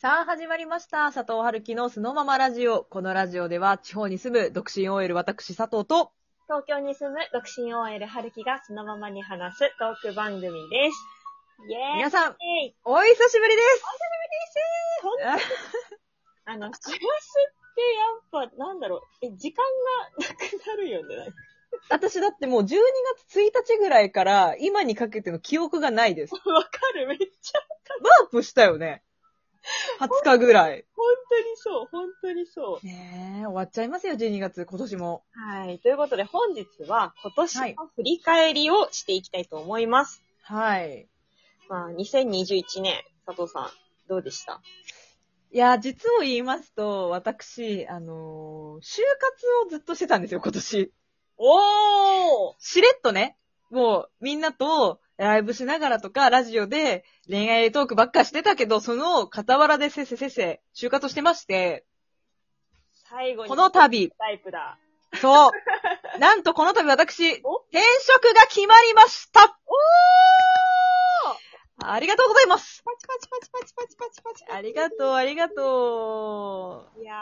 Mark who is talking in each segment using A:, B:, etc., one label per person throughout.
A: さあ、始まりました。佐藤春樹のそのままラジオ。このラジオでは、地方に住む独身 OL 私佐藤と、
B: 東京に住む独身 OL 春樹がそのままに話すトーク番組です。イェーイ
A: 皆さん、
B: イェーイ
A: お久しぶりです
B: ほんあの、シラスってやっぱ、なんだろう、え、時間がなくなるよね。
A: 私だってもう12月1日ぐらいから、今にかけての記憶がないです。
B: わかるめっちゃ。
A: ワープしたよね。20日ぐらい。
B: 本当にそう、本当にそう。
A: ねえ、終わっちゃいますよ、12月、今年も。
B: はい。ということで本日は今年の振り返りをしていきたいと思います。
A: はい。
B: まあ、2021年、佐藤さん、どうでした
A: いや、実を言いますと、私、あのー就活をずっとしてたんですよ、今年。
B: おー
A: しれっとね、もうみんなとライブしながらとか、ラジオで恋愛トークばっかしてたけど、その傍らでせっせせっせ、就活してまして、
B: 最後に。
A: この度、
B: タイプだ。
A: そう、なんとこの度私、転職
B: お
A: が決まりましたおーありがとうございます
B: パチパチパチパチパチパチパチ
A: ありがとう、ありがと
B: いや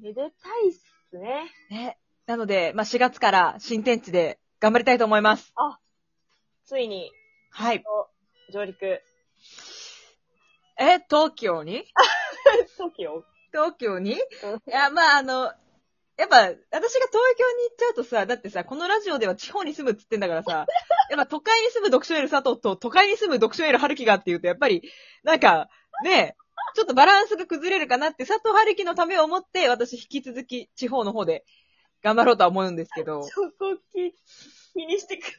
B: ー、めでたいっすね。
A: う。ね。なので、まあ、4月から新天地で頑張りたいと思います。
B: ついに、
A: はい。
B: 上陸。
A: え、東京に
B: 東京
A: 東京にいや、まあ、あの、やっぱ、私が東京に行っちゃうとさ、だってさ、このラジオでは地方に住むっつってんだからさ、やっぱ都会に住む読書エル佐藤と都会に住む読書エル春樹がっていうと、やっぱり、なんか、ねえ、ちょっとバランスが崩れるかなって、佐藤春樹のためを思って、私引き続き地方の方で頑張ろうとは思うんですけど。
B: そこ気、気にしてくれ。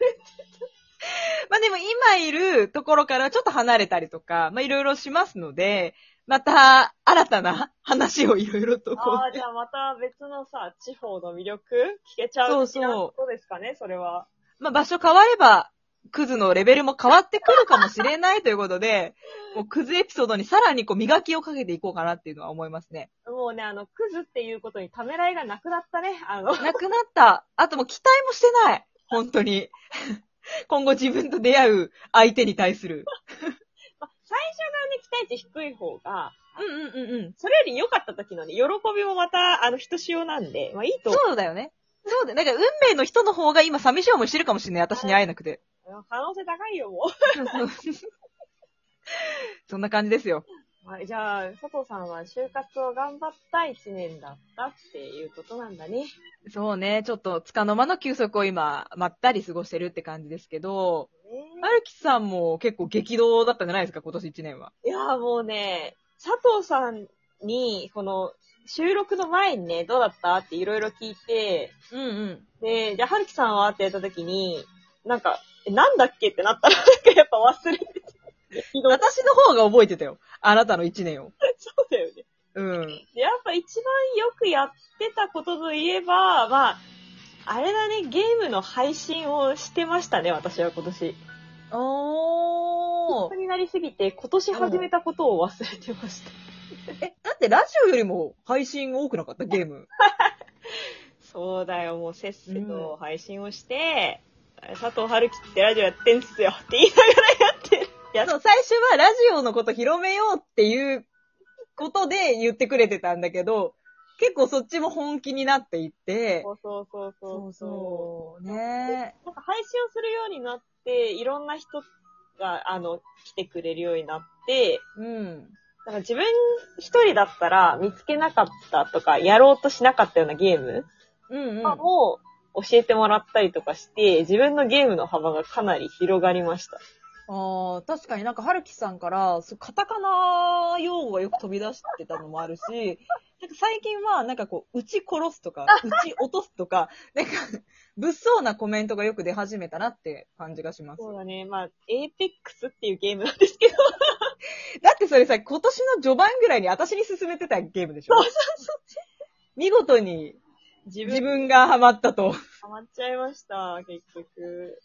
A: まあでも今いるところからちょっと離れたりとか、まあいろいろしますので、また新たな話をいろいろ とこう
B: あ。あ、じゃあまた別のさ、地方の魅力聞けちゃ
A: そうう
B: 的な
A: そう
B: ことですかね、それは。
A: まあ、場所変われば、クズのレベルも変わってくるかもしれないということで、 もうクズエピソードにさらにこう磨きをかけていこうかなっていうのは思いますね。
B: もうね、あの、クズっていうことにためらいがなくなったね。あの、
A: なくなった。あともう期待もしてない。本当に。 今後自分と出会う相手に対する。
B: ま、最初がね、期待値低い方が、
A: うんうんうんうん。
B: それより良かった時のね、喜びもまた、あの、ひとしおなんで、まあいいと思
A: そうだよね。そうだよ。なんか運命の人の方が今寂しい思いしてるかもしれない。私に会えなくて。
B: う。可能性高いよ、もう。
A: そうそう そんな感じですよ。
B: はい、じゃあ、佐藤さんは就活を頑張った一年だったっていうことなんだね。
A: そうね。ちょっとつかの間の休息を今、まったり過ごしてるって感じですけど、
B: ね
A: はるきさんも結構激動だったんじゃないですか、今年1年は。
B: いやーもうね、佐藤さんに、この、収録の前にね、どうだったっていろいろ聞いて、
A: うんうん。
B: で、じゃあ、はるきさんはってやった時に、なんか、え、なんだっけってなったら、なんかやっぱ忘れてて。ひどい
A: 私の方が覚えてたよ。あなたの1年を。
B: そうだよね。
A: うん。
B: でやっぱ一番よくやってたことといえば、まあ、あれだね、ゲームの配信をしてましたね、私は今年。
A: お
B: 本当。になりすぎて、今年始めたことを忘れてました。
A: え、だってラジオよりも配信多くなかったゲーム。
B: そうだよ、もうせっせと配信をして、佐藤春樹ってラジオやってんすよって言いながらやってる。や
A: そう、最初はラジオのこと広めようっていうことで言ってくれてたんだけど、結構そっちも本気になっていって。
B: そうそうそうそう
A: う。ね
B: なんか配信をするようになって、いろんな人が、あの、来てくれるようになって、
A: うん。
B: なんか自分一人だったら見つけなかったとか、やろうとしなかったようなゲーム
A: うんうん。
B: とかも教えてもらったりとかして、自分のゲームの幅がかなり広がりました。
A: ああ、確かになんか、はるきさんから、そう、カタカナ用語がよく飛び出してたのもあるし、なんか最近は、なんかこう、撃ち殺すと か、撃ち落とすとか、なんか、物騒なコメントがよく出始めたなって感じがします。
B: そうだね。まあ、エーペックスっていうゲームなんですけど、
A: だってそれさ、今年の序盤ぐらいに私に勧めてたゲームでしょ
B: そう
A: 見事に
B: 自
A: 自
B: 分
A: 分がハマったと。
B: ハマっちゃいました、結局。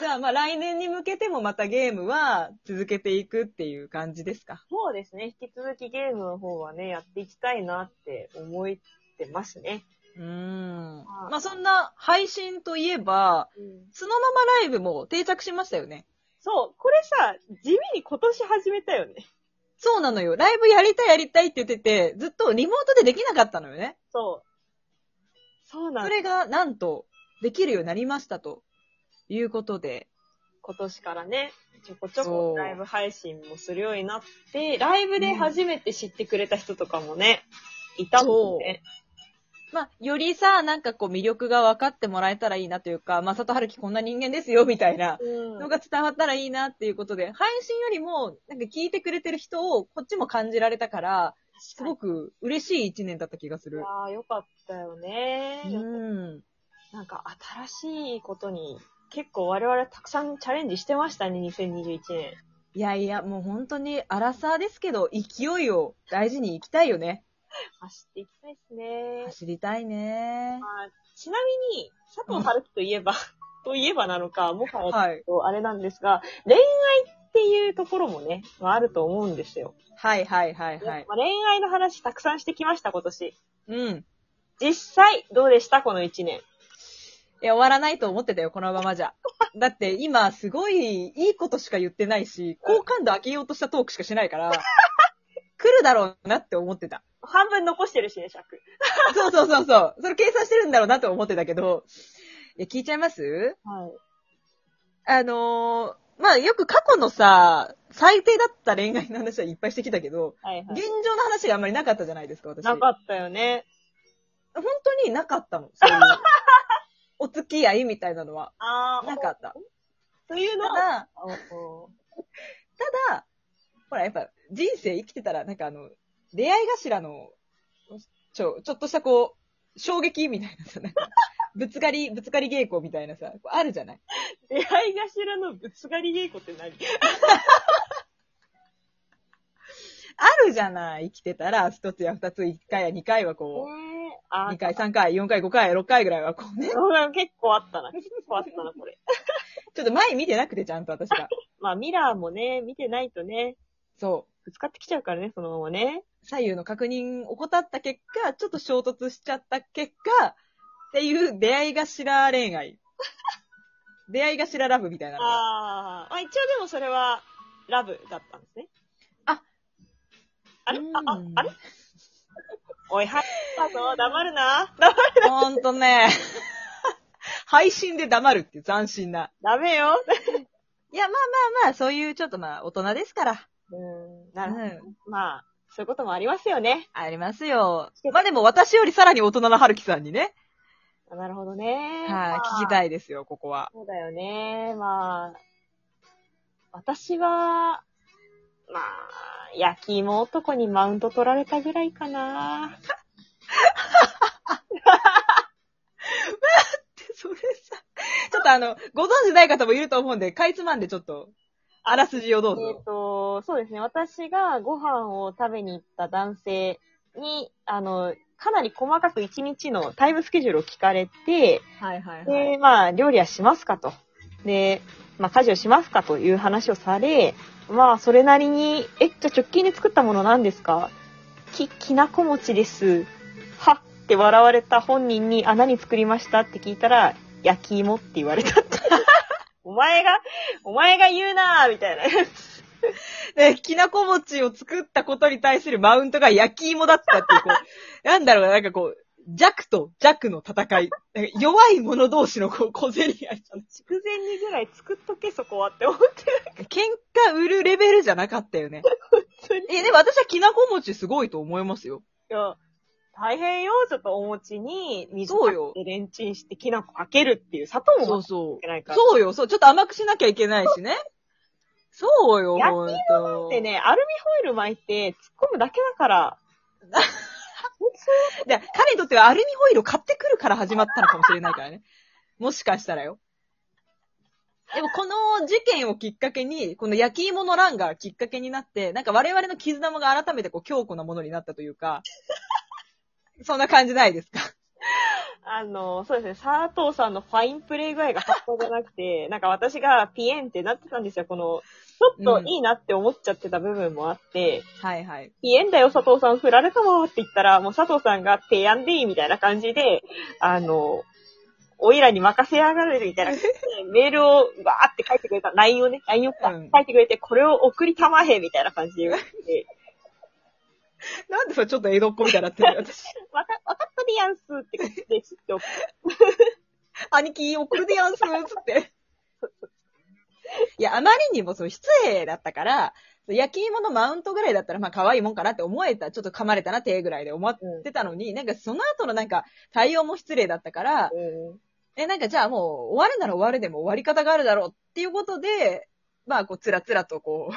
A: じゃあまあ来年に向けてもまたゲームは続けていくっていう感じですか。
B: そうですね。引き続きゲームの方はね、やっていきたいなって思ってますね。
A: うーん。まあそんな配信といえば、そのままライブも定着しましたよね。
B: そう、これさ、地味に今年始めたよね。
A: そうなのよ。ライブやりたいやりたいって言ってて、ずっとリモートでできなかったのよね。
B: そう。そうな
A: そ
B: んで
A: れ
B: す。
A: が、なんと、できるようになりましたと。いうことで。
B: 今年からね、ちょこちょ
A: そ
B: こ
A: う
B: ライブ配信もするようになって、ライブで初めて知ってくれた人とかもね、いたもんね。
A: まあ、よりさ、なんかこう魅力が分かってもらえたらいいなというか、まあ、里春樹こんな人間ですよ、みたいな
B: うん
A: のが伝わったらいいなっていうことで、配信よりも、なんか聞いてくれてる人をこっちも感じられたから、すごく嬉しい一年だった気がす
B: い
A: る
B: や。ー、よかったよね。
A: うん。
B: なんか新しいことに結構我々たくさんチャレンジしてましたね、2021年。
A: いやいや、もう本当に荒さですけど、勢いを大事に行きたいよね。
B: 走っていきたいですね。
A: 走りたいね。
B: まあちなみに、佐藤春樹といえば、といえばなのか、もはや
A: はい。
B: あれなんですが、恋愛っていうところもね、まあ、あると思うんですよ。
A: はいはいはいはい。
B: まあ、恋愛の話たくさんしてきました、今年。
A: うん。
B: 実際、どうでしたこの1年。
A: いや、終わらないと思ってたよ、このままじゃ。だって今、すごいいいことしか言ってないし、好感度上げようとしたトークしかしないから、来るだろうなって思ってた。
B: 半分残してるしね、尺。
A: そうそうそうそう。それ計算してるんだろうなって思ってたけど、いや、聞いちゃいます
B: はい。
A: あのーまあ、よく過去のさ、最低だった恋愛の話はいっぱいしてきたけど、
B: はいは
A: 現
B: い。
A: 状の話があんまりなかったじゃないですか、私。
B: なかったよね。
A: 本当になか ったの。そういうお付き合いみたいなのは。
B: あ
A: なかった。
B: という
A: た
B: のは、
A: だ、
B: おお
A: ただ、ほら、やっぱ人生生きてたら、なんかあの、出会い頭の、ちょ、ちょっとしたこう、衝撃みたいなさ、なんか、ぶつかり、ぶつかり稽古みたいなさ、こうあるじゃない
B: 出会い頭のぶつかり稽古って何
A: あるじゃない生きてたら、一つや二つ、一回や二回はこう、
B: あ
A: 二回、三回、四回、五回、六回ぐらいはこうね、
B: うん結構あったな。結構あったな、これ。
A: ちょっと前見てなくて、ちゃんと私 が。
B: まあ、ミラーもね、見てないとね、
A: そう。
B: ぶつかってきちゃうからね、そのままね。
A: 左右の確認を怠った結果、ちょっと衝突しちゃった結果、っていう出会い頭恋 愛。出会い頭ラブみたいなのが。
B: あーまあ、一応でもそれは、ラブだったんですね。
A: あ
B: あれ
A: うん
B: あ、ああれおい、はい、あそう、黙るな。だ
A: ほんとね。配信で黙るっていう斬新な。
B: ダメよ。
A: いや、まあまあまあ、そういうちょっとまあ、大人ですから。
B: うん、
A: う
B: なるほど。
A: ん。
B: まあ、そういうこともありますよね。
A: ありますよ。まあでも私よりさらに大人な春樹さんにね。
B: あなるほどね。ま
A: はい、
B: あ
A: 聞きたいですよ、ここは。
B: そうだよね。まあ、私は、まあ、焼き芋男にマウント取られたぐらいかな。
A: それさ、ちょっとあの、ご存知ない方もいると思うんで、かいつまんでちょっと、あらすじをどう
B: えっ、
A: ぞ。
B: と、そうですね。私がご飯を食べに行った男性に、あの、かなり細かく一日のタイムスケジュールを聞かれて、
A: はいはいはい。
B: で、まあ、料理はしますかと。で、まあ、家事をしますかという話をされ、まあ、それなりに、え、じゃあ直近で作ったものなんですかき、きなこ餅です。はって笑われた本人に、あ、何作りましたって聞いたら、焼き芋って言われた って。お前が、お前が言うなーみたいな。
A: で、きなこ餅を作ったことに対するマウントが焼き芋だったっていう、こ う、なんだろうな、なんかこう、弱と弱の戦い。なんか弱い者同士の こう、小競り合いじゃない
B: 筑前煮ぐらい作っとけ、そこはって思ってる。
A: 喧嘩売るレベルじゃなかったよね。え、でも私はきなこ餅すごいと思いますよ。
B: いや、大変よ、ちょっとお餅に水
A: そう
B: を
A: よ
B: かけてレンチンしてきなこかけるっていう、砂糖
A: そ
B: も
A: うそ。
B: けないうから
A: そうよ、そう。ちょっと甘くしなきゃいけないしね。そうよ、
B: 焼き
A: ほんと。
B: でね、アルミホイル巻いて突っ込むだけだから、
A: で、彼にとってはアルミホイルを買ってくるから始まったのかもしれないからね。もしかしたらよ。でもこの事件をきっかけに、この焼き芋の乱がきっかけになって、なんか我々の絆もが改めてこう強固なものになったというか、そんな感じないですか
B: あの、そうですね、佐藤さんのファインプレイ具合が発想じゃなくて、 なんか私がピエンってなってたんですよ、この、ちょっといいなって思っちゃってた部分もあって、
A: はいはい。
B: ピエンだよ、佐藤さん、振られたわって言ったら、もう佐藤さんがペヤンでいいみたいな感じで、あの、おいらに任せやがる みたいな、ねメールをわーって書いてくれた、LINE をね、LINE をか
A: うん
B: 書いてくれて、これを送りたまへみたいな感じで言って、
A: なんでそれちょっと江戸っ子みたいになってる私。
B: わか、わかったでやんすって感じで、ちょっと、
A: 兄貴、送るでやんすつって。いや、あまりにもその失礼だったから、焼き芋のマウントぐらいだったら、まあ可愛いもんかなって思えた、ちょっと噛まれたな手ぐらいで思ってたのに、なんかその後のなんか対応も失礼だったから、
B: うん
A: え、なんかじゃあもう終わるなら終わるでも終わり方があるだろうっていうことで、まあこう、つらつらとこう、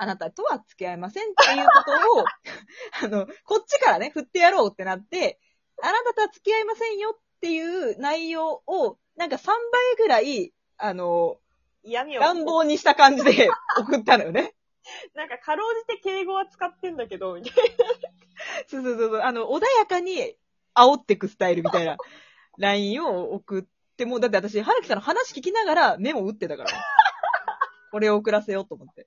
A: あなたとは付き合いませんっていうことを、 あの、こっちからね、振ってやろうってなって、あなたとは付き合いませんよっていう内容を、なんか3倍ぐらい、あの、
B: 嫌味を。
A: 乱暴にした感じで 送ったのよね。
B: なんか、かろうじて敬語は使ってんだけど、みたい
A: そうそうそうそう、あの、穏やかに煽ってくスタイルみたい な LINE を送って、もうだって私、春樹さんの話聞きながらメモ打ってたから。これを送らせようと思って。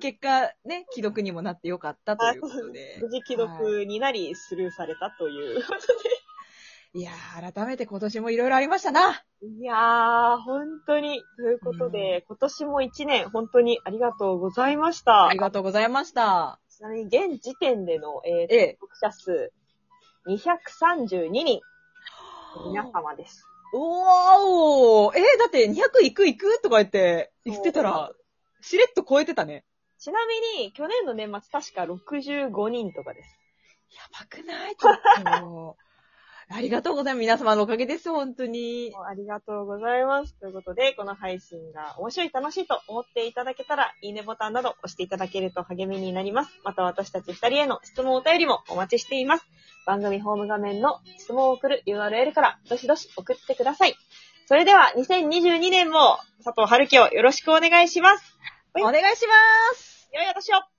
A: 結果、ね、既読にもなってよかったということで
B: な。。無事既読になり、スルーされたという。
A: いやー、改めて今年もいろいろありましたな。
B: いやー、本当に。ということで、今年も一年、本当にありがとうございました。
A: ありがとうございました。
B: ちなみに、現時点での、えー、
A: ええ。
B: 登録者数、232人、皆様です。
A: おーおーえーだって200いくいくとか言って、言ってたら、しれっと超えてたね。
B: ちなみに、去年の年末、確か65人とかです。
A: やばくないちょっと。ありがとうございます。皆様のおかげです、本当に。
B: ありがとうございます。ということで、この配信が面白い、楽しいと思っていただけたら、いいねボタンなど押していただけると励みになります。また私たち二人への質問お便りもお待ちしています。番組ホーム画面の質問を送る URL から、どしどし送ってください。それでは、2022年も佐藤春樹をよろしくお願いします。
A: お願いします。
B: よいお年を